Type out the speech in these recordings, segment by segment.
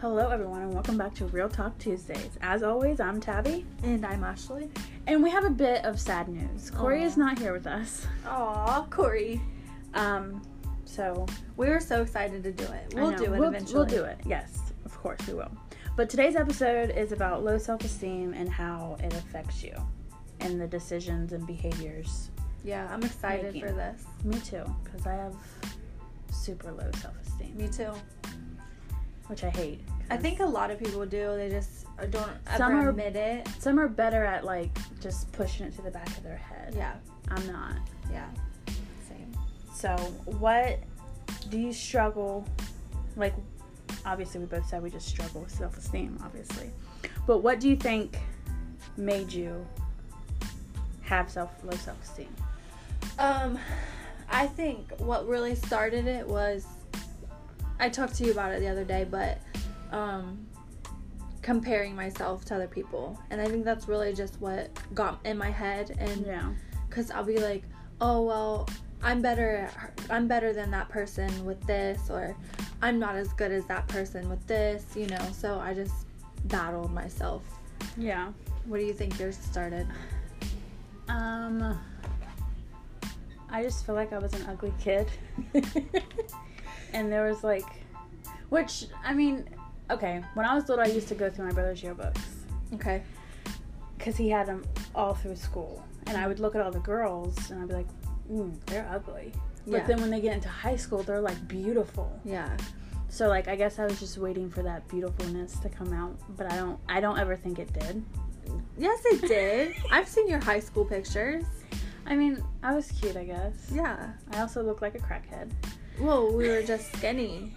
Hello, everyone, and welcome back to Real Talk Tuesdays. As always, I'm Tabby, And I'm Ashley. and we have a bit of sad news. Corey is Aw. not here with us, Aw, Corey. um, so We were so excited to do it. I We'll know. do it we'll, eventually. We'll do it. Yes, of course we will. But today's episode is about low self-esteem and how it affects you, and the decisions and behaviors. Yeah, I'm excited Making. for this. Me too, because I have super low self-esteem, Me too. which I hate. I 'cause think a lot of people do. They just don't ever Some are- admit it. some are better at like just pushing it to the back of their head. Yeah, I'm not. yeah. Same. So, what do you struggle? Like, obviously, we both said we just struggle with self esteem, obviously. But what do you think made you have self low self esteem? Um, I think what really started it was I talked to you about it the other day, but um, comparing myself to other people, and I think that's really just what got in my head and Yeah. because I'll be like, oh well, I'm better. At her, I'm better than that person with this, or I'm not as good as that person with this. You know, so I just battled myself. Yeah. What do you think yours started? Um, I just feel like I was an ugly kid. and there was like, which, I mean, okay, when I was little, I used to go through my brother's yearbooks. Okay. because he had them all through school. And I would look at all the girls and I'd be like, mm, they're ugly. Yeah. But then when they get into high school, they're like beautiful. Yeah. So like I guess I was just waiting for that beautifulness to come out, but I don't I don't ever think it did. Yes, it did. I've seen your high school pictures. I mean, I was cute, I guess. Yeah. I also looked like a crackhead. Well, we were just skinny.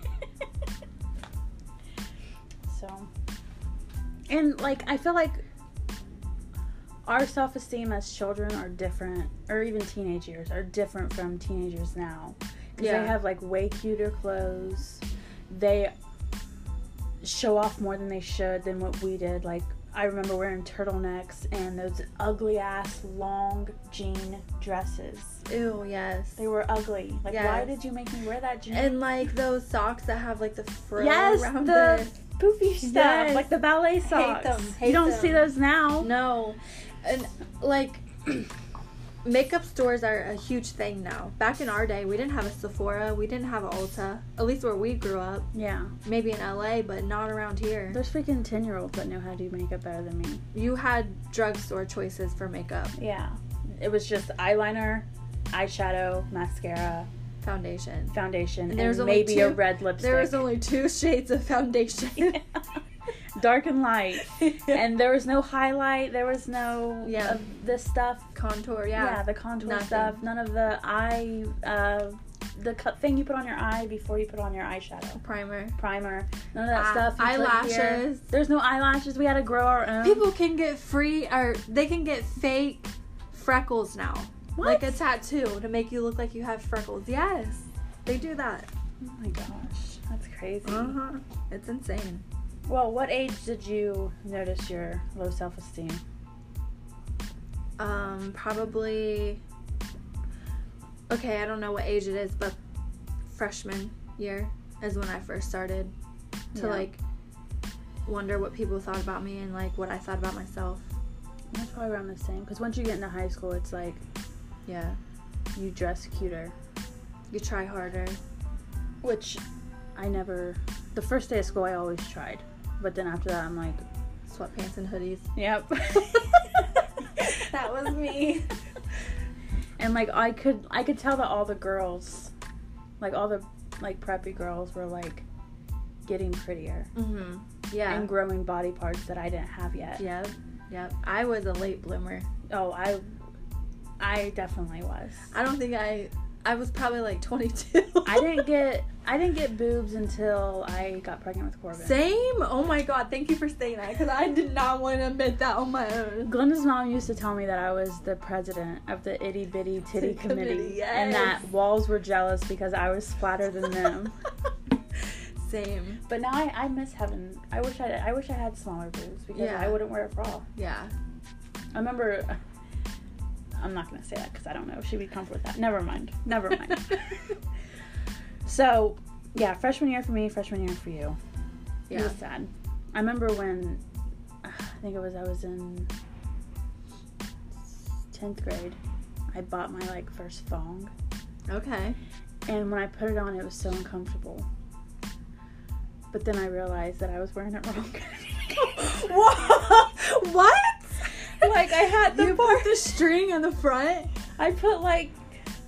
so and like I feel like our self-esteem as children are different or even teenage years are different from teenagers now because Yeah. they have like way cuter clothes they show off more than they should than what we did like i remember wearing turtlenecks and those ugly ass long jean dresses Ew. Yes. they were ugly like why Yes. did you make me wear that jean And like those socks that have like the frill Yes, around the- it. poofy stuff, Yes. like the ballet socks. them, hate you don't them. see those now. No. And like makeup stores are a huge thing now. Back in our day, we didn't have a Sephora, we didn't have an Ulta. At least where we grew up, Yeah, maybe in LA, but not around here. there's freaking ten year olds that know how to do makeup better than me. You had drugstore choices for makeup, Yeah, it was just eyeliner, eyeshadow, mascara, foundation. foundation, and, And there's only maybe a two- red lipstick. There was only two shades of foundation. dark and light, and there was no highlight. There was no Yeah. of this stuff. contour, Yeah, yeah. the contour nothing. stuff. None of the eye, uh, the cut thing you put on your eye before you put on your eyeshadow. Primer. primer, none of that Eye- stuff. You click here. Ah, eyelashes. There's no eyelashes. We had to grow our own. People can get free or they can get fake freckles now. What? Like a tattoo to make you look like you have freckles. Yes. They do that. oh my gosh, that's crazy. Uh-huh. It's insane. Well, what age did you notice your low self-esteem? Um, probably. Okay, I don't know what age it is, but freshman year is when I first started to Yeah. like wonder what people thought about me and like what I thought about myself. That's probably around the same. Because once you get into high school, it's like Yeah. you dress cuter, You try harder. which I never. The first day of school, I always tried, but then after that, I'm like, Sweatpants and hoodies. yep. That was me. And like I could I could tell that all the girls, like all the like preppy girls were like getting prettier. Mm-hmm. Yeah. and growing body parts that I didn't have yet. yep. Yep. I was a late bloomer. Oh, I I definitely was. I don't think I. I was probably like 22. I didn't get I didn't get boobs until I got pregnant with Corbin. Same? Oh my god, thank you for saying that because I did not want to admit that on my own. Glenda's mom used to tell me that I was the president of the itty bitty titty Titty committee, committee, and yes. that walls were jealous because I was flatter than them. Same. but now I, I miss having. I wish I I wish I had smaller boobs because Yeah. I wouldn't wear a bra. Yeah. I remember. I'm not gonna say that because I don't know if she would come with that. Never mind. Never mind. So, yeah, freshman year for me, freshman year for you. It was sad. I remember when uh, I think it was I was in tenth grade. I bought my like first thong, Okay. and when I put it on, it was so uncomfortable. But then I realized that I was wearing it wrong. Whoa! What? like I had the you part. put the string on the front. I put like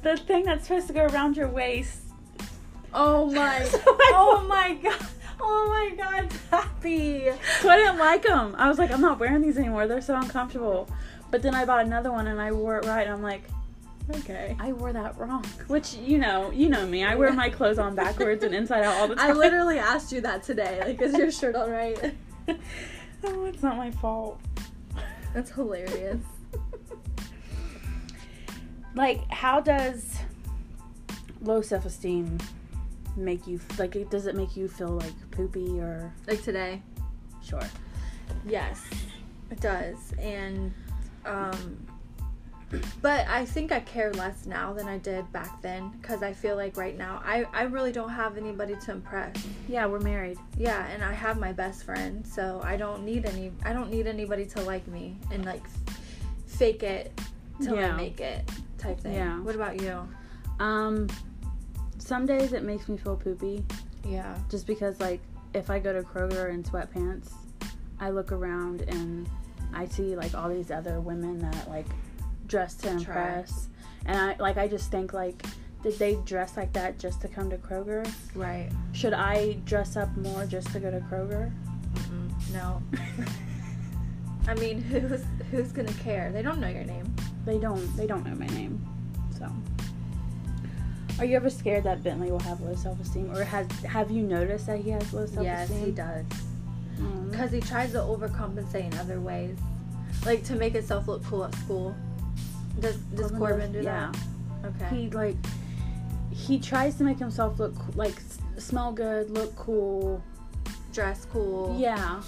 the thing that's supposed to go around your waist. Oh my! So I- oh my god! Oh my god, Pappy! Couldn't like them. I was like, I'm not wearing these anymore. They're so uncomfortable. But then I bought another one and I wore it right. And I'm like, Okay. I wore that wrong. Which you know, you know me. I wear my clothes on backwards and inside out all the time. I literally asked you that today. Like, is your shirt all right? oh, it's not my fault. That's hilarious. Like, how does low self-esteem make you like? it- Does it make you feel like poopy or Like today. sure? Yes, it does. And, um, but I think I care less now than I did back then because I feel like right now I, I really don't have anybody to impress. Yeah, we're married. Yeah, and I have my best friend, so I don't need any I don't need anybody to like me and like f- fake it till Yeah. I make it type thing. Yeah. What about you? Um, some days it makes me feel poopy. Yeah. just because like if I go to Kroger in sweatpants, I look around and I see like all these other women that like dress to impress, and I like I just think like did they dress like that just to come to Kroger? Right. Should I dress up more just to go to Kroger? Mm-hmm. No. I mean, who's who's gonna care? They don't know your name. They don't they don't know my name, so. Are you ever scared that Bentley will have low self esteem, or has have you noticed that he has low self esteem? Yes, he does. Mm. Because he tries to overcompensate in other ways, like to make himself look cool at school. Does Does Corbin Corbin does- do that? Okay. he like he tries to make himself look co- like s- smell good look cool Dress cool. yeah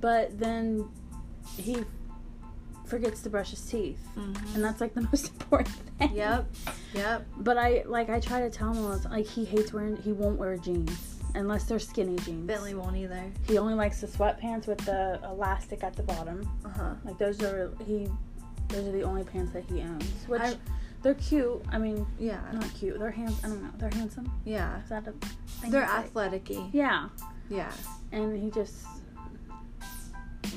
but then he forgets to brush his teeth Mhm. and that's like the most important thing Yep. Yep. but i like i try to tell him all the time, like he hates wearing he won't wear jeans unless they're skinny jeans Bentley won't either. he only likes the sweatpants with the elastic at the bottom Uh huh. like those are he those are the only pants that he owns which I- they're cute i mean Yeah. not cute they're hands i don't know they're handsome Yeah. Is that a thing They're to say? athleticy. Yeah, Yeah. and he just.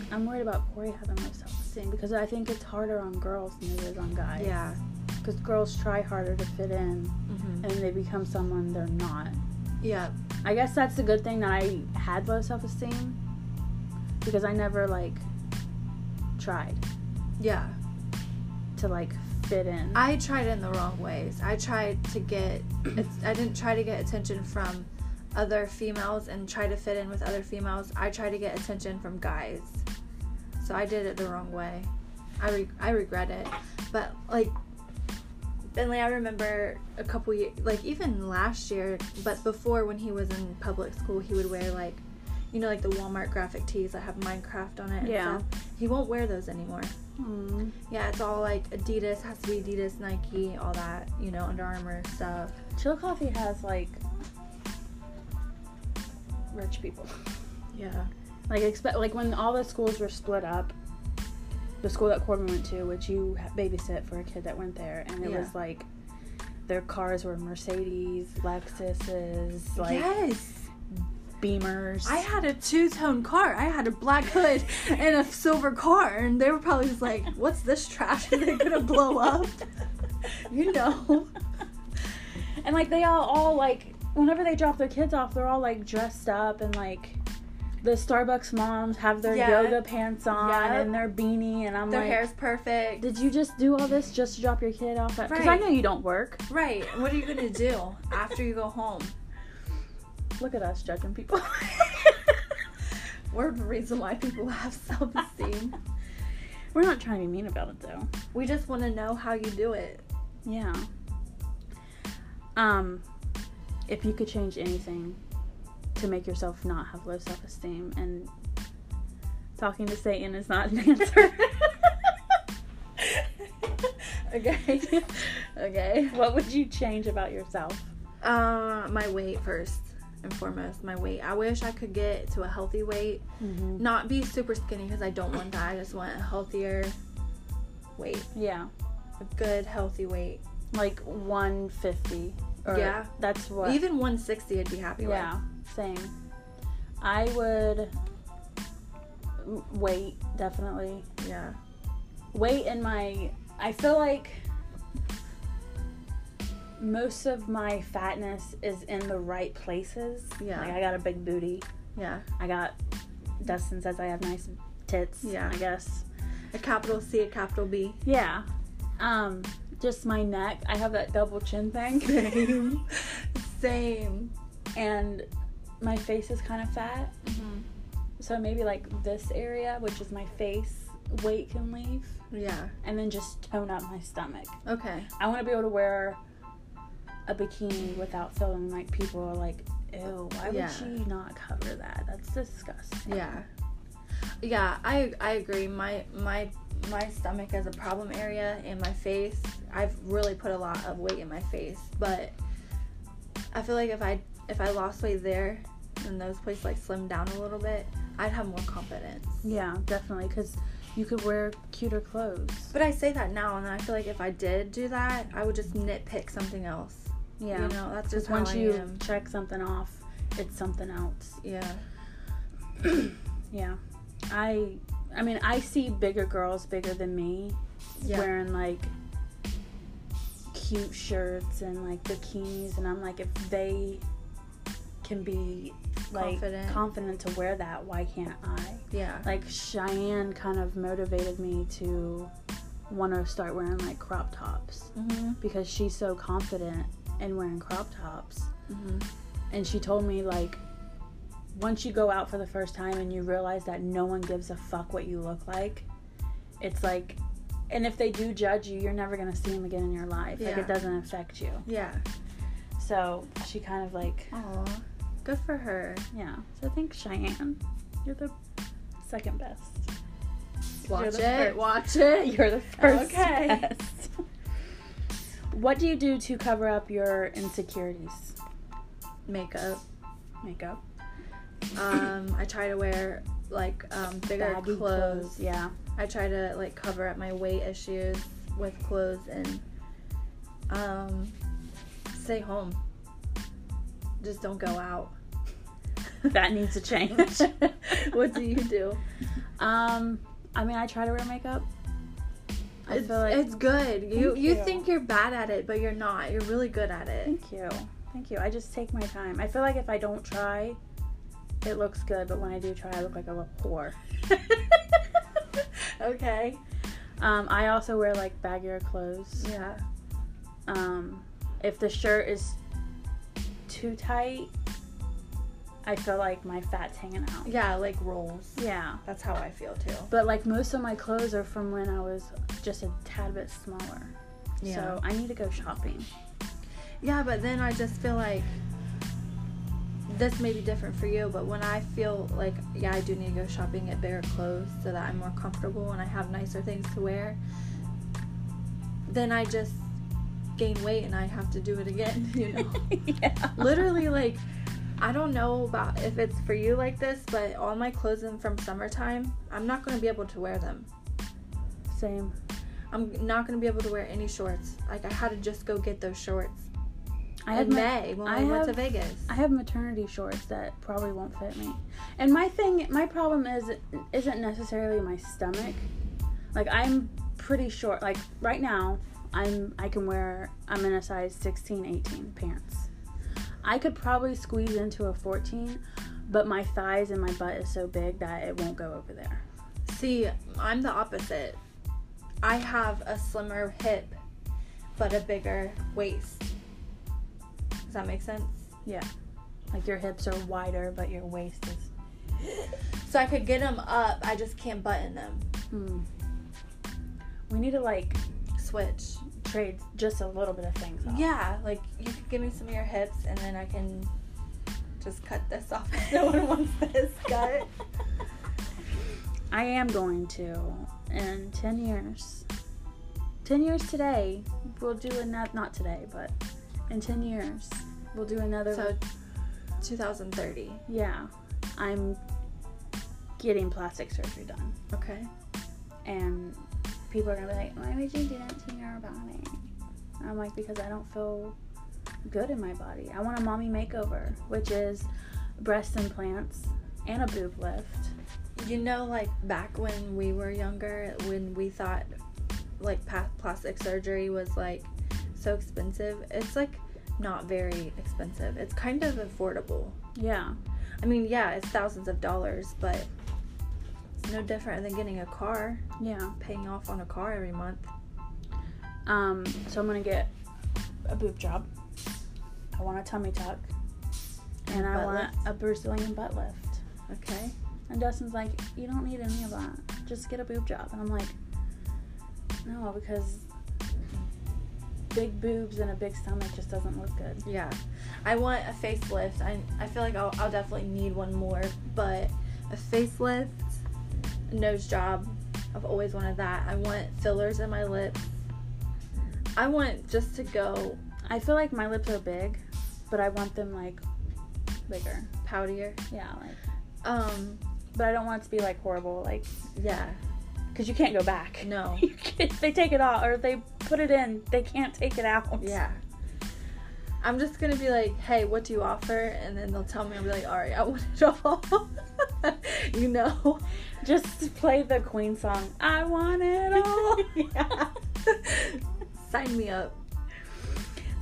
I'm worried about Corey having low self esteem because I think it's harder on girls than it is on guys. Yeah. Because girls try harder to fit in hmm and they become someone they're not. Yeah. I guess that's the good thing that I had low self esteem because I never, like, tried Yeah. to, like, fit in. I tried in the wrong ways. I tried to get, it's- I didn't try to get attention from other females and try to fit in with other females. I tried to get attention from guys. So I did it the wrong way. I, re- I regret it. But like, Bentley, I remember a couple years, like even last year, but before when he was in public school, he would wear like, you know, like the Walmart graphic tees that have Minecraft on it. and Yeah. stuff. He won't wear those anymore. Mm. Yeah, it's all like Adidas, has to be Adidas, Nike, all that, you know, Under Armour stuff. Chill Coffee has, like, rich people. Yeah. Like expect like when all the schools were split up, the school that Corbin went to, which you ha- babysit for a kid that went there, and it Yeah. was like their cars were Mercedes, Lexuses, like yes. Beamers. I had a two tone car. I had a black hood and a silver car, and they were probably just like, what's this trash? Are they gonna blow up? You know. and like they all all like whenever they drop their kids off, they're all like dressed up and like. The Starbucks moms have their Yeah. yoga pants on Yep. and their beanie, and I'm Their like, hair's perfect. "Did you just do all this just to drop your kid off?" Because I Right. know you don't work. Right. What are you gonna do after you go home? Look at us judging people. We're the reason why people have self esteem. We're not trying to be mean about it though. We just wanna know how you do it. Yeah. Um, if you could change anything to make yourself not have low self esteem, and talking to Satan is not an answer. okay. okay. what would you change about yourself? Uh, my weight first. and foremost my weight. I wish I could get to a healthy weight, Mm-hmm. not be super skinny because I don't want that. I just want a healthier weight, Yeah, a good healthy weight. like 150. Or Yeah. That's what. Even 160, I'd be happy yeah, same. I would m- weight definitely. with. Yeah. weight in my I feel like most of my fatness is in the right places. Yeah. Like I got a big booty. Yeah. I got Dustin says I have nice tits. Yeah. I guess. A capital C, a capital B. Yeah. Um just my neck. I have that double chin thing. Same. Same. and my face is kind of fat. So maybe like this area, which is my face, weight can leave. Yeah. And then just tone up my stomach. Okay. I want to be able to wear a bikini without feeling like people are like, ew, why Yeah. would she not cover that? That's disgusting. Yeah. Yeah, I I agree. My my my stomach is a problem area and my face. I've really put a lot of weight in my face, but I feel like if I if I lost weight there and those places like slimmed down a little bit, I'd have more confidence. Yeah, definitely. Because you could wear cuter clothes. But I say that now and then I feel like if I did do that, I would just nitpick something else. Yeah. You know, that's just just once how I you am. check something off, it's something else. Yeah. Yeah. I. I mean, I see bigger girls bigger than me Yeah. wearing like cute shirts and like bikinis, and I'm like, if they can be like Confident. confident to wear that, why can't I? Yeah. Like Cheyenne kind of motivated me to want to start wearing like crop tops mm-hmm. because she's so confident in wearing crop tops. Mm-hmm. And she told me like once you go out for the first time and you realize that no one gives a fuck what you look like, it's like and if they do judge you, you're never going to see them again in your life. Like Yeah. it doesn't affect you. Yeah. So, she kind of like, Aw. Good for her. yeah. So I think Cheyenne, you're the second best. Watch it. the first. Watch it. You're the first Okay. guest. What do you do to cover up your insecurities? Makeup. Makeup, Um, I try to wear like um, bigger baggy clothes. Yeah, I try to like cover up my weight issues with clothes and um, stay home. Just don't go out. that needs to change. what do you do? Um, I mean, I try to wear makeup. I It's, feel like it's good. You Thank you you. think you're bad at it, but you're not. You're really good at it. thank you, thank you. I just take my time. I feel like if I don't try, it looks good, but when I do try, I look like a little whore. okay. Um, I also wear like baggier clothes. Yeah. um, if the shirt is too tight, I feel like my fat's hanging out. Yeah, like rolls. Yeah. That's how I feel too. But like most of my clothes are from when I was just a tad bit smaller. So I need to go shopping. Yeah, but then I just feel like this may be different for you, but when I feel like, yeah, I do need to go shopping at bigger clothes so that I'm more comfortable and I have nicer things to wear, then I just gain weight and I have to do it again, you know? yeah. Literally, like, I don't know about if it's for you like this, but all my clothes in from summertime, I'm not going to be able to wear them. Same. I'm not going to be able to wear any shorts. Like, I had to just go get those shorts I in have ma- May when I we went to have- Vegas. I have maternity shorts that probably won't fit me. And my thing, my problem is isn't necessarily my stomach. Like I'm pretty short. Like right now, I'm I can wear I'm in a size 16, 18 pants. I could probably squeeze into a 14, but my thighs and my butt is so big that it won't go over there. See, I'm the opposite. I have a slimmer hip, but a bigger waist. Does that make sense? Yeah. Like your hips are wider, but your waist is So I could get them up, I just can't button them. hmm. We need to like Switch. trade just a little bit of things off. Yeah, like you could give me some of your hips, and then I can just cut this off. no one wants this cut. I am going to in 10 years. 10 years today, we'll do another, not today, but in 10 years, we'll do another so 2030. Yeah. I'm getting plastic surgery done. Okay. And people are going to be like, why would you do that to your body? I'm like, because I don't feel good in my body. I want a mommy makeover, which is breast implants and a boob lift. You know, like back when we were younger, when we thought like pa- plastic surgery was like so expensive, it's like not very expensive. It's kind of affordable. Yeah. I mean, yeah, it's thousands of dollars, but it's no different than getting a car, Yeah. paying off on a car every month. Um, so I'm gonna get a boob job. I want a tummy tuck, and, I butt want lift. a Brazilian butt lift. Okay. And Dustin's like, "You don't need any of that. Just get a boob job." And I'm like, "No, because big boobs and a big stomach just doesn't look good." Yeah. I want a facelift. I, I feel like I'll, I'll definitely need one more, but a facelift, a nose job. I've always wanted that. I want fillers in my lips. I want just to go I feel like my lips are big, but I want them like bigger. poutier. Yeah, like. Um, But I don't want it to be like horrible, like, yeah. because you can't go back. No. You can't- they take it out, or they put it in. They can't take it out. Yeah. I'm just gonna be like, hey, what do you offer? And then they'll tell me, I'll be like, all right, I want it all. you know? Just play the Queen song. I want it all. yeah. Sign me up.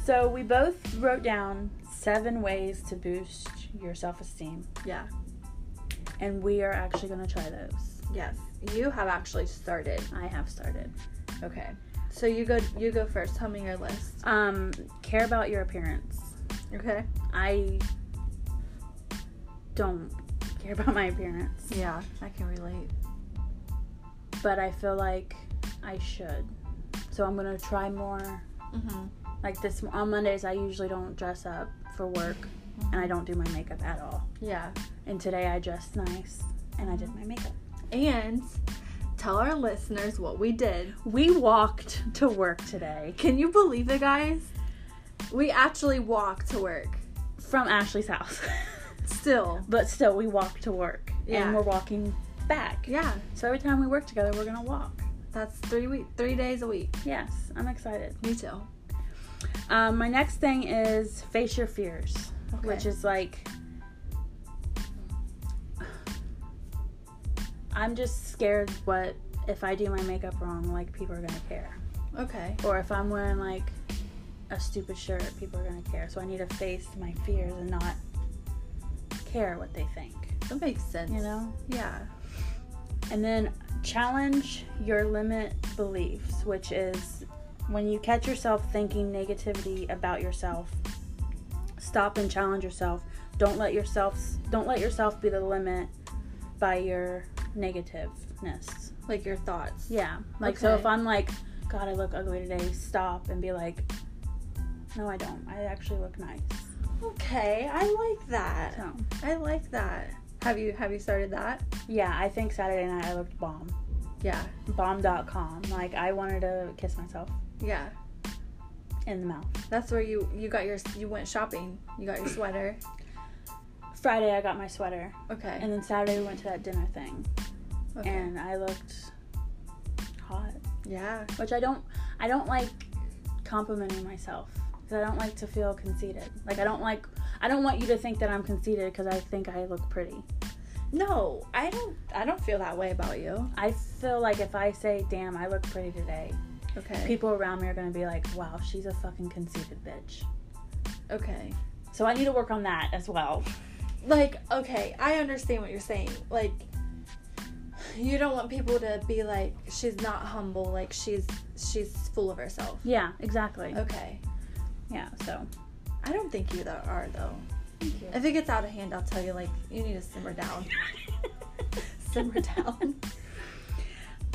So we both wrote down seven ways to boost your self-esteem, Yeah. and we are actually going to try those. Yes. You have actually started. I have started. Okay. So you go you go first. Tell me your list. Um, care about your appearance. Okay. I don't care about my appearance, Yeah, I can relate. but I feel like I should. So I'm going to try more. Mhm. Like this on Mondays, I usually don't dress up for work, and I don't do my makeup at all. Yeah. And today I dressed nice and I did my makeup. And tell our listeners what we did. We walked to work today Can you believe it, guys? We actually walked to work. from Ashley's house. Still. but still, we walked to work Yeah. and we're walking back. Yeah. So every time we work together, we're gonna walk. That's three week three days a week. Yes, I'm excited. Me too. Um, my next thing is face your fears, Okay. which is like. I'm just scared what if I do my makeup wrong, like people are gonna care. okay. or if I'm wearing like a stupid shirt, people are gonna care. So I need to face my fears and not care what they think, That makes sense. you know? Yeah. And then challenge your limit beliefs, which is when you catch yourself thinking negativity about yourself, stop and challenge yourself. Don't let yourself don't let yourself be the limit by your negativeness. Like your thoughts. Yeah. Like so Okay. if I'm like, God, I look ugly today, stop and be like, No, I don't. I actually look nice. Okay. I like that. So I like that. Have you have you started that? yeah, I think Saturday night I looked bomb. Yeah. Bomb.com. Like I wanted to kiss myself Yeah. in the mouth. That's where you you got your you went shopping. You got your sweater. Friday I got my sweater. Okay. And then Saturday we went to that dinner thing. okay. And I looked hot. yeah. Which I don't I don't like complimenting myself. Because I don't like to feel conceited. Like I don't like I don't want you to think that I'm conceited because I think I look pretty. No, I don't I don't feel that way about you. I feel like if I say, damn, I look pretty today, Okay. people around me are going to be like, wow, she's a fucking conceited bitch. okay. So I need to work on that as well. Like okay, I understand what you're saying. Like you don't want people to be like she's not humble, like she's she's full of herself. Yeah, exactly. Okay. Yeah, so. I don't think you tho- are though. Thank you. If it gets out of hand, I'll tell you like you need to simmer down. simmer down.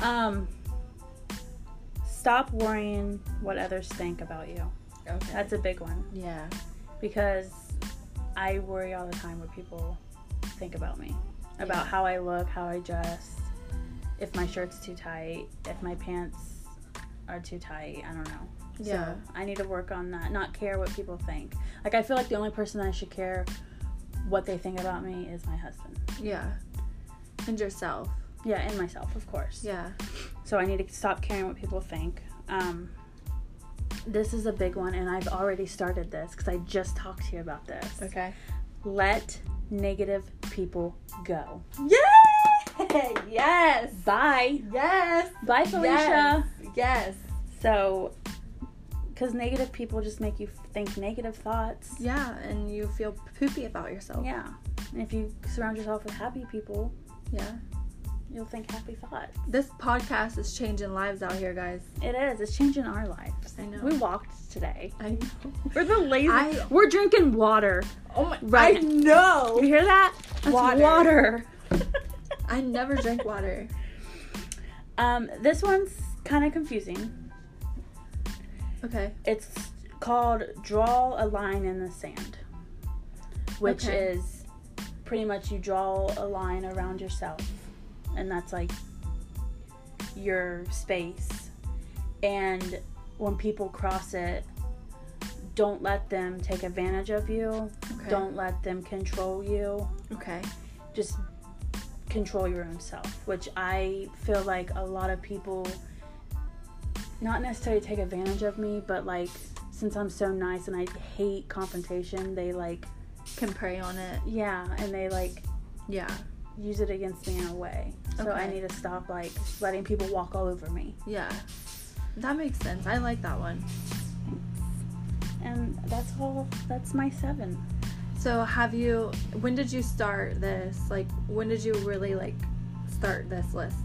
Um, stop worrying what others think about you. Okay. That's a big one yeah. because I worry all the time what people think about me, about how I look, how I dress, if my shirt's too tight, if my pants are too tight. I don't know. Yeah. So I need to work on that. Not care what people think. Like I feel like the only person I should care what they think about me is my husband. Yeah. And yourself. Yeah, and myself, of course. Yeah. So I need to stop caring what people think. Um, this is a big one, and I've already started this because I just talked to you about this. Okay. Let negative people go. Yay! yes. Bye. Yes. Bye, Felicia. Yes. So, because negative people just make you think negative thoughts. Yeah, and you feel poopy about yourself. Yeah. And if you surround yourself with happy people, Yeah. you'll think happy thoughts. This podcast is changing lives out here, guys. It is. It's changing our lives. I know. We walked today. I know. We're the lazy. I- We're drinking water. Oh my. Right. I You know. hear that? That's Water. water. I never drink water. Um, this one's kind of confusing. Okay. It's called "Draw a Line in the Sand," which Okay. is pretty much you draw a line around yourself, and that's like your space. And when people cross it, don't let them take advantage of you. Okay. Don't let them control you. Okay. just control your own self, which I feel like a lot of people not necessarily take advantage of me, but like since I'm so nice and I hate confrontation, they like Can prey on it. yeah, and they like Yeah. use it against me in a way. So I Okay. need to stop like letting people walk all over me. Yeah. That makes sense. I like that one. And that's all that's my 7. So have you when did you start this? Like when did you really like start this list?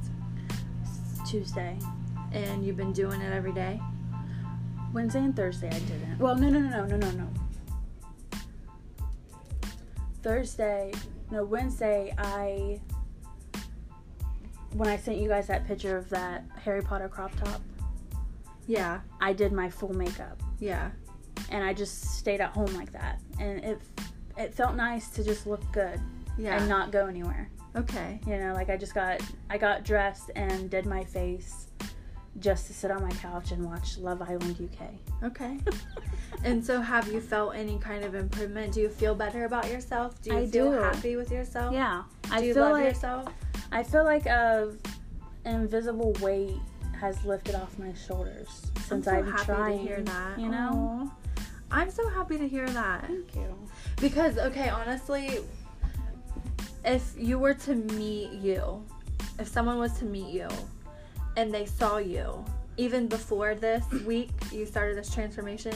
It's Tuesday. And you've been doing it every day? Wednesday and Thursday I didn't. Well, no, no, no, no, no, no, no. Thursday, no, Wednesday I when I sent you guys that picture of that Harry Potter crop top, Yeah. I did my full makeup Yeah. and I just stayed at home like that. And it it felt nice to just look good Yeah. and not go anywhere. okay. You know, like I just got I got dressed and did my face just to sit on my couch and watch Love Island UK. Okay. and so have you felt any kind of improvement? Do you feel better about yourself? Do you I feel do. happy with yourself? yeah, I Do you feel love like yourself? I feel like a an invisible weight has lifted off my shoulders since I'm so have happy trying. to hear that. You know. Aw. I'm so happy to hear that. Thank you. Because okay, honestly, if you were to meet you, if someone was to meet you and they saw you even before this week you started this transformation,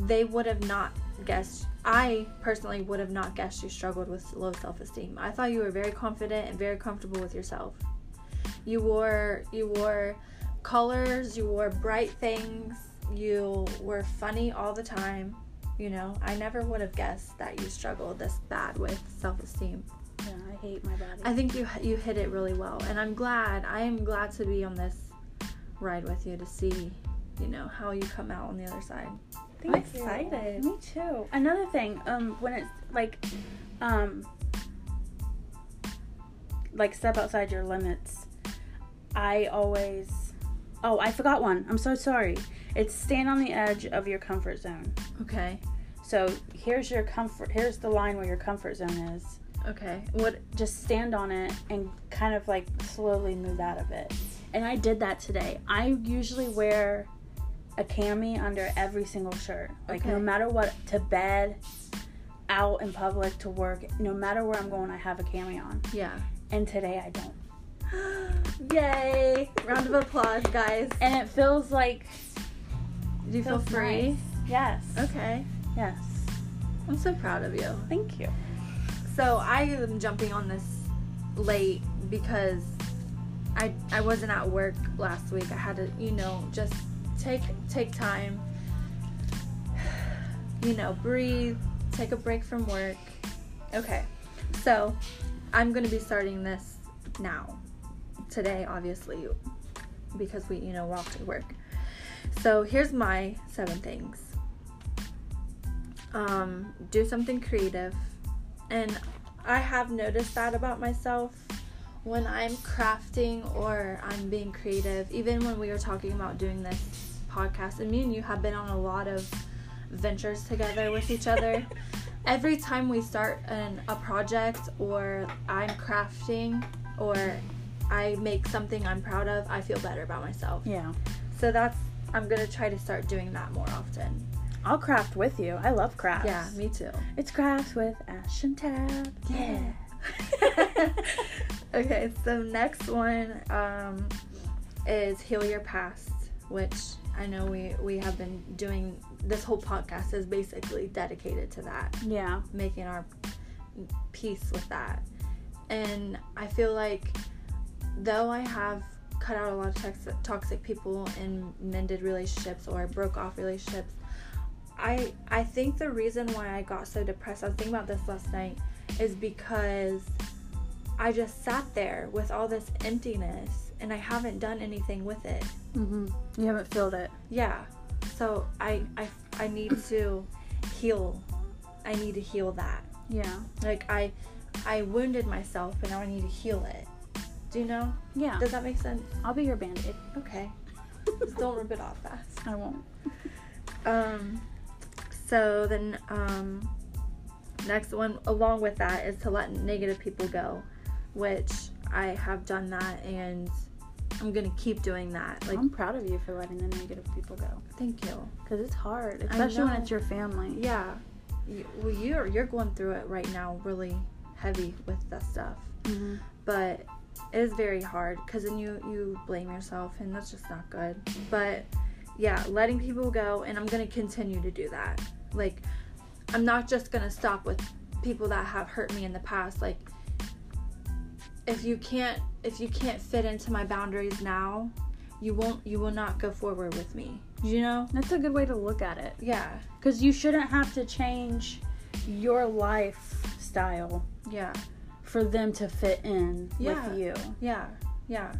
they would have not guessed I personally would have not guessed you struggled with low self-esteem. I thought you were very confident and very comfortable with yourself. You wore you wore colors, you wore bright things, you were funny all the time. You know, I never would have guessed that you struggled this bad with self-esteem. Yeah, I hate my body. I think you you hit it really well, and I'm glad. I am glad to be on this ride with you to see, you know, how you come out on the other side. Thank I'm excited. Me too. Another thing, um, when it's like, um, like step outside your limits. I always. Oh, I forgot one. I'm so sorry. It's stand on the edge of your comfort zone. Okay. So here's your comfort. Here's the line where your comfort zone is. Okay. What? just stand on it and kind of like slowly move out of it. And I did that today. I usually wear a cami under every single shirt. Like no Okay. matter what to bed, out in public to work, no matter where I'm going I have a cami on. Yeah. And today I don't. Yay! Round of applause, guys. And it feels like Do you feel feels free? nice. Yes. Okay. Yes. I'm so proud of you. Thank you. So I am jumping on this late because I I wasn't at work last week. I had to, you know, just take take time. You know, breathe, take a break from work. Okay. So, I'm going to be starting this now. Today, obviously, because we, you know, walked to work. So, here's my seven things. Um, do something creative and I have noticed that about myself when I'm crafting or I'm being creative. Even when we were talking about doing this podcast, and me and you have been on a lot of ventures together with each other. every time we start an, a project or I'm crafting or I make something I'm proud of, I feel better about myself. Yeah. So that's I'm gonna try to start doing that more often. I'll craft with you. I love crafts. Yeah, me too. It's crafts with Ash and Tab. okay, so next one um, is heal your past, which I know we we have been doing. This whole podcast is basically dedicated to that, yeah. making our peace with that. And I feel like though I have cut out a lot of toxic, toxic people and mended relationships or broke off relationships, I I think the reason why I got so depressed, I was thinking about this last night, is because I just sat there with all this emptiness and I haven't done anything with it. Mm-hmm. You haven't filled it. Yeah. So I I I need to heal. I need to heal that. Yeah. Like I I wounded myself and now I need to heal it. Do you know? Yeah. Does that make sense? I'll be your band aid. Okay. Just don't rip it off fast. I won't. Um, so then, um, next one along with that is to let negative people go, which I have done that and I'm gonna keep doing that. Like, I'm proud of you for letting the negative people go. thank you. Because it's hard, especially when know. it's your family. Yeah, you, well, you're you're going through it right now, really heavy with that stuff, Mm-hmm. but it is very hard because then you you blame yourself and that's just not good. But yeah, letting people go, and I'm gonna continue to do that. Like, I'm not just gonna stop with people that have hurt me in the past. Like, if you can't if you can't fit into my boundaries now, you won't you will not go forward with me. You know? That's a good way to look at it. Yeah, Because you shouldn't have to change your lifestyle yeah, for them to fit in Yeah. with you. yeah, yeah.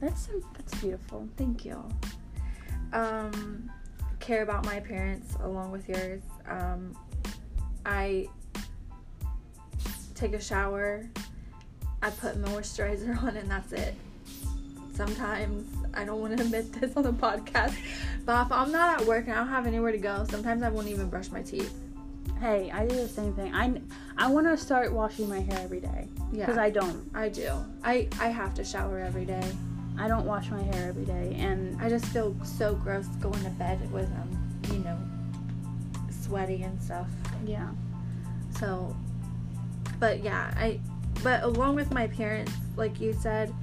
That's some, that's beautiful. Thank you. Um, care about my appearance along with yours. Um, I take a shower. I put moisturizer on, and that's it. Sometimes I don't want to admit this on the podcast, but if I'm not at work and I don't have anywhere to go, sometimes I won't even brush my teeth. Hey, I do the same thing. I I want to start washing my hair every day Yeah, because I don't. I do. I I have to shower every day. I don't wash my hair every day, and I just feel so gross going to bed with um, you know, sweaty and stuff. yeah, So, but yeah, I, but along with my parents, like you said,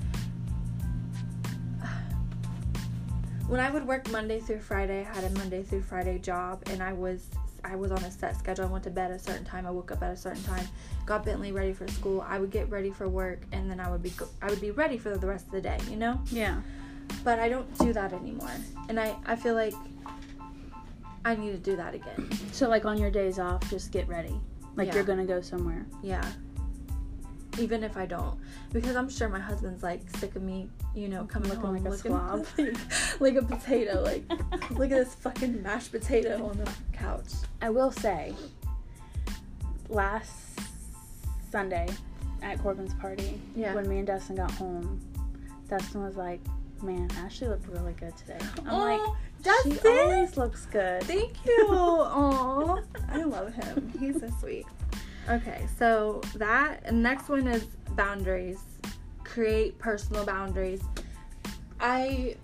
when I would work Monday through Friday, I had a Monday through Friday job, and I was I was on a set schedule. I went to bed at a certain time. I woke up at a certain time. Got Bentley ready for school. I would get ready for work, and then I would be go- I would be ready for the rest of the day. You know yeah, but I don't do that anymore. And I, I feel like I need to do that again. So like on your days off, just get ready. Like Yeah. you're gonna go somewhere. Yeah. Even if I don't. Because I'm sure my husband's like sick of me, you know, coming Looking home like a slob. like, like a potato. Like, look at this fucking mashed potato on the couch. I will say, last Sunday at Corbin's party, Yeah. when me and Dustin got home, Dustin was like, "Man, Ashley looked really good today." I'm Aw, like, Oh, Dustin! "She always looks good." Thank you. Aw. I love him. He's so sweet. Okay, so that and next one is boundaries. Create personal boundaries. I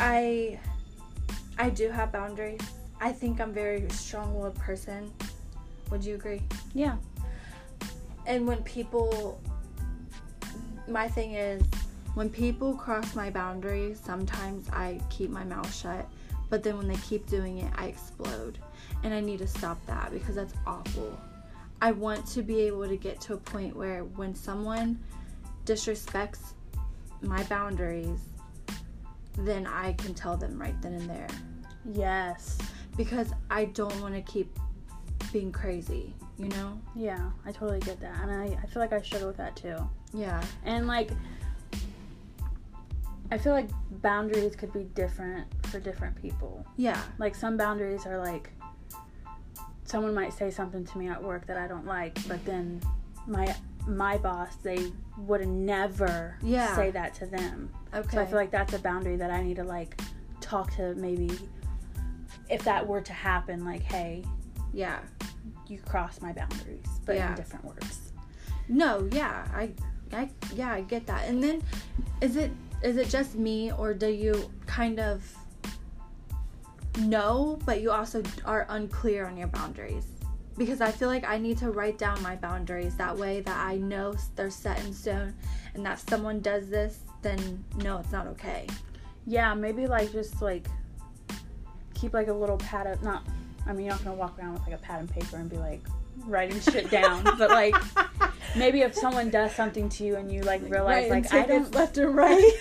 I I do have boundaries. I think I'm very strong-willed person. Would you agree? Yeah, And when people my thing is when people cross my boundaries, sometimes I keep my mouth shut, but then when they keep doing it, I explode. And I need to stop that because that's awful. I want to be able to get to a point where when someone disrespects my boundaries, then I can tell them right then and there yes, because I don't want to keep being crazy, you know? yeah. I totally get that, and I, I feel like I struggle with that too. Yeah. And like, I feel like boundaries could be different for different people. Yeah. Like some boundaries are like someone might say something to me at work that I don't like, but then my my boss they would never Yeah. say that to them. Okay. So I feel like that's a boundary that I need to like talk to maybe if that were to happen, like, hey, yeah. you cross my boundaries, but Yeah. in different words. No, yeah, I, I, yeah, I get that. And then, is it is it just me, or do you kind of know, but you also are unclear on your boundaries? Because I feel like I need to write down my boundaries that way that I know they're set in stone, and that if someone does this, then no, it's not okay. Yeah, maybe like just like keep like a little pad of not. I mean, you're not gonna walk around with like a pad and paper and be like writing shit down, but like maybe if someone does something to you and you like realize Right, and like I take it don't, left and right.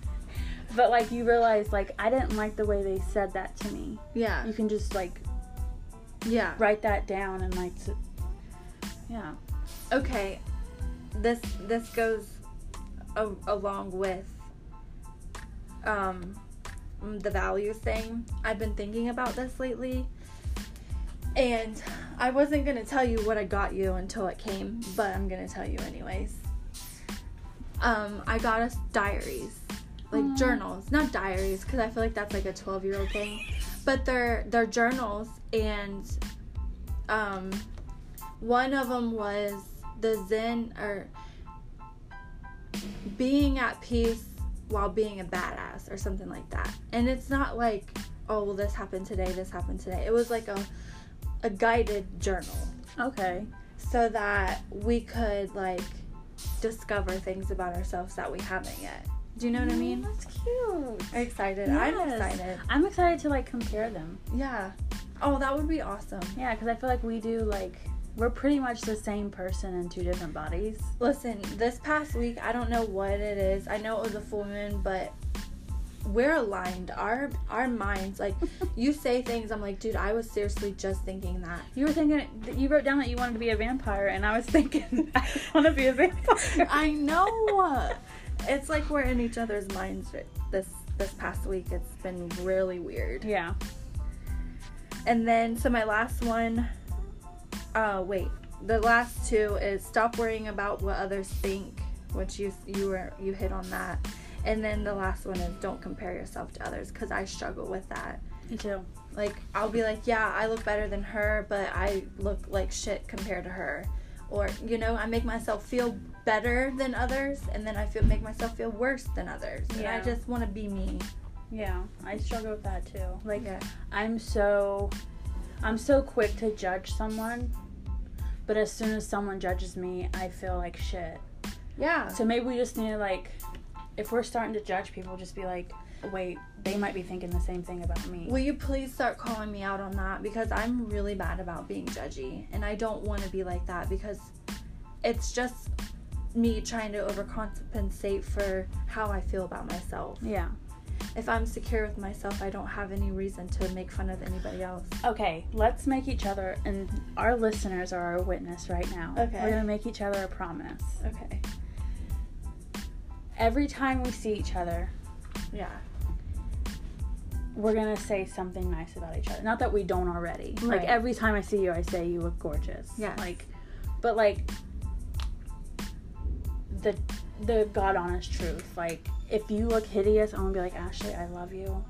but like you realize like I didn't like the way they said that to me. yeah, You can just like yeah. write that down and like, s yeah. okay this this goes a- along with um the values thing i've been thinking about this lately and i wasn't gonna tell you what i got you until it came but i'm gonna tell you anyways um i got us diaries like Aw. journals not diaries because i feel like that's like a 12 year old thing but they're they're journals and um one of them was the zen or being at peace while being a badass or something like that and it's not like oh well this happened today this happened today it was like a a guided journal Okay. so that we could like discover things about ourselves that we haven't yet do you know what i mean That's cute. Are you excited i'm Mm-hmm. Yes. excited I'm excited to like compare them. yeah oh that would be awesome Yeah, because I feel like we do like we're pretty much the same person in two different bodies. Listen, this past week, I don't know what it is. I know it was a full moon, but we're aligned. Our our minds, like you say things, I'm like, dude, I was seriously just thinking that. You were thinking that you wrote down that you wanted to be a vampire, and I was thinking I want to be a vampire. I know. it's like we're in each other's minds right- this this past week. It's been really weird. yeah. And then so my last one uh wait. The last two is stop worrying about what others think, which you you were you hit on that. And then the last one is don't compare yourself to others cuz I struggle with that. Me too. Like I'll be like, yeah, I look better than her, but I look like shit compared to her. Or you know, I make myself feel better than others and then I feel make myself feel worse than others. And I Yeah. just want to be me. Yeah, I struggle with that too. Like Yeah. I'm so, I'm so quick to judge someone, but as soon as someone judges me, I feel like shit. Yeah. So maybe we just need to like, if we're starting to judge people, just be like, wait, they might be thinking the same thing about me. Will you please start calling me out on that because I'm really bad about being judgy and I don't want to be like that because it's just me trying to overcompensate for how I feel about myself. yeah. If I'm secure with myself, I don't have any reason to make fun of anybody else. Okay, let's make each other and our listeners are our witness right now. Okay. We're gonna make each other a promise. Okay. Every time we see each other, Yeah. we're gonna say something nice about each other. Not that we don't already. Right. Like every time I see you, I say you look gorgeous. Yes. Like, but like the the god honest truth. Like if you look hideous, I'm gonna be like Ashley, I love you,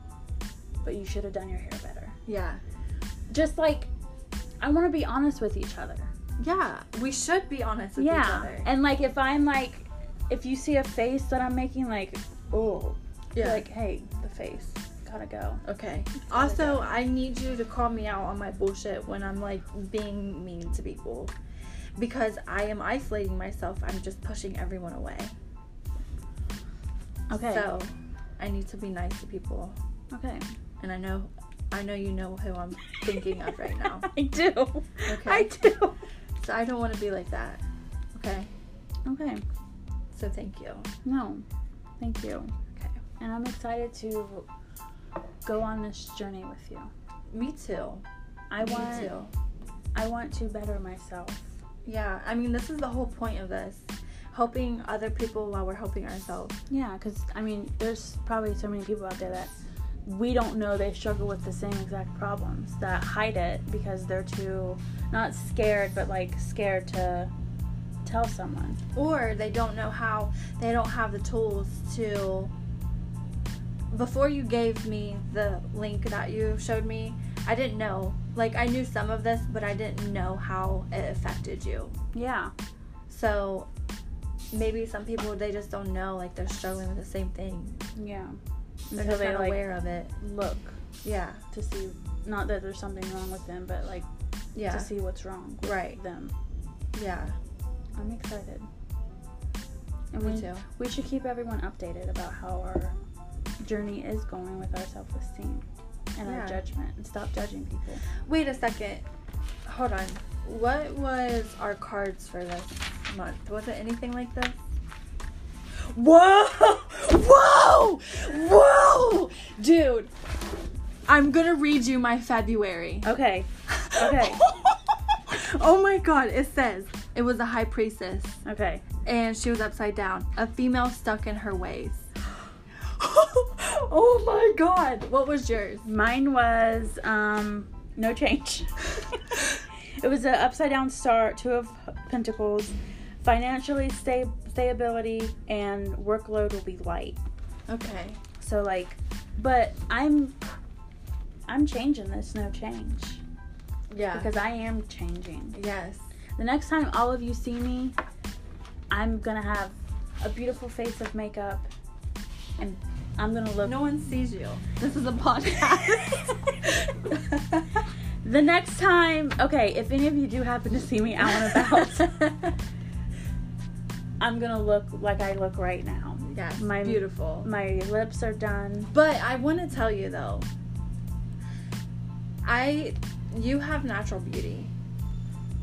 but you should have done your hair better. Yeah. Just like I want to be honest with each other. Yeah. We should be honest with each yeah. other. And like if I'm like, if you see a face that I'm making, like, oh, yeah. like hey, the face gotta go. okay. Gotta Also, I need you to call me out on my bullshit when I'm like being mean to people because I am isolating myself. I'm just pushing everyone away. Okay. So I need to be nice to people. okay. And I know I know you know who I'm thinking of right now. I do. Okay. I do. So I don't want to be like that. Okay. Okay. So thank you. No. Thank you. Okay. And I'm excited to go on this journey with you. Me too. I Me want too. I want to better myself. Yeah. I mean, this is the whole point of this. Helping other people while we're helping ourselves. Yeah, cuz I mean, there's probably so many people out there that we don't know they struggle with the same exact problems that hide it because they're too not scared but like scared to tell someone. or they don't know how they don't have the tools to before you gave me the link that you showed me I didn't know. Like I knew some of this, but I didn't know how it affected you. Yeah. So maybe some people they just don't know like they're struggling with the same thing. Yeah. They're Until just they not like aware of it. look Yeah. to see not that there's something wrong with them, but like Yeah. to see what's wrong with Right. them. Yeah. I'm excited. And Me we, too. we should keep everyone updated about how our journey is going with our self esteem and Yeah. our judgment and stop judging people. Wait a second. Hold on. What was our cards for this month? Was it anything like this? Whoa! Whoa! Whoa! Dude, I'm gonna read you my February. Okay. Oh, Okay. oh my god, it says it was a high priestess Okay. and she was upside down, a female stuck in her ways. oh my god. What was yours? Mine was um no change. it was an upside down star, two of pentacles, financially sta- stability and workload will be light. Okay. So like, but I'm I'm changing this no change Yeah. because I am changing. yes. The next time all of you see me, I'm gonna have a beautiful face of makeup and I'm gonna look No one sees you. This is a podcast. The next time, okay, if any of you do happen to see me out and about, I'm gonna look like I look right now. yes, My- beautiful. My lips are done. but I want to tell you though, I, you have natural beauty,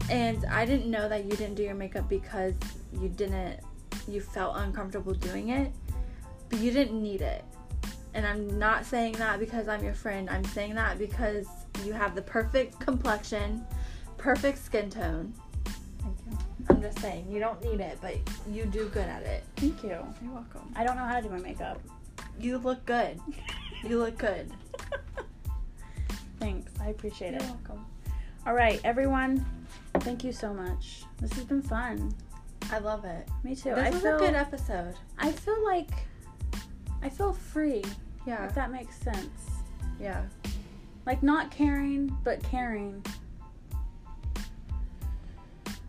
and I didn't know that you didn't do your makeup because you didn't, you felt uncomfortable doing it, but you didn't need it. And I'm not saying that because I'm your friend. I'm saying that because you have the perfect complexion, perfect skin tone. Thank you. I'm just saying, you don't need it, but you do good at it. Thank you. You're welcome. I don't know how to do my makeup. You look good. You look good. Thanks. I appreciate it. welcome. All right, everyone. Thank you so much. This has been fun. I love it. Me too. This I was feel a good episode. I feel like I feel free. Yeah. If that makes sense. Yeah. Like not caring, but caring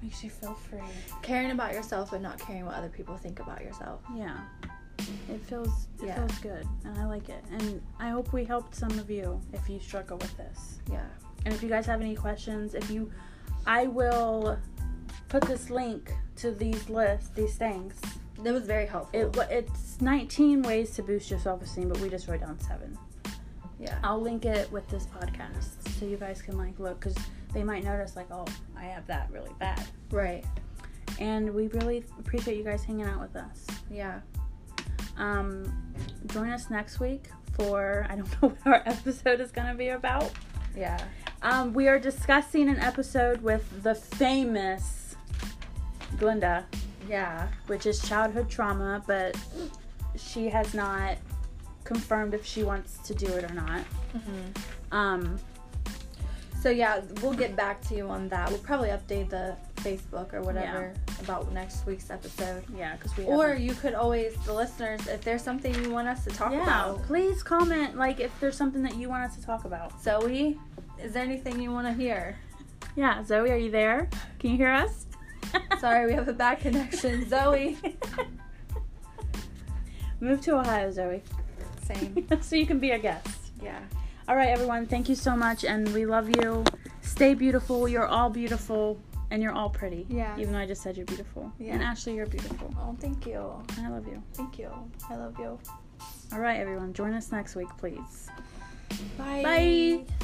makes you feel free. Caring about yourself but not caring what other people think about yourself. Yeah. It feels it Yeah. feels good and I like it. And I hope we helped some of you if you struggle with this. Yeah. And if you guys have any questions, if you I will put this link to these lists, these things. That was very helpful. It wa- it's 19 ways to boost your self-esteem, but we just wrote down 7. yeah. I'll link it with this podcast so you guys can like look cuz they might notice like, "Oh, I have that really bad." Right. and we really appreciate you guys hanging out with us. Yeah. Um, join us next week for I don't know what our episode is going to be about. Yeah. Um, we are discussing an episode with the famous Glinda, Yeah. which is childhood trauma, but she has not confirmed if she wants to do it or not. Mm-hmm. Um, So yeah, we'll get back to you on that. We'll probably update the Facebook or whatever about next week's episode. yeah, because we Or haven't- you could always, the listeners, if there's something you want us to talk yeah, about. please comment like if there's something that you want us to talk about. Zoe, is there anything you want to hear? Yeah, Zoe, are you there? Can you hear us? Sorry, we have a bad connection. Zoe. Move to Ohio, Zoe, Same. so you can be a guest. Yeah. All right, everyone, thank you so much, and we love you. Stay beautiful. You're all beautiful, and you're all pretty. Yeah. Even though I just said you're beautiful. Yeah. And Ashley, you're beautiful. Oh, thank you. I love you. Thank you. I love you. All right, everyone, join us next week, please. Bye. Bye.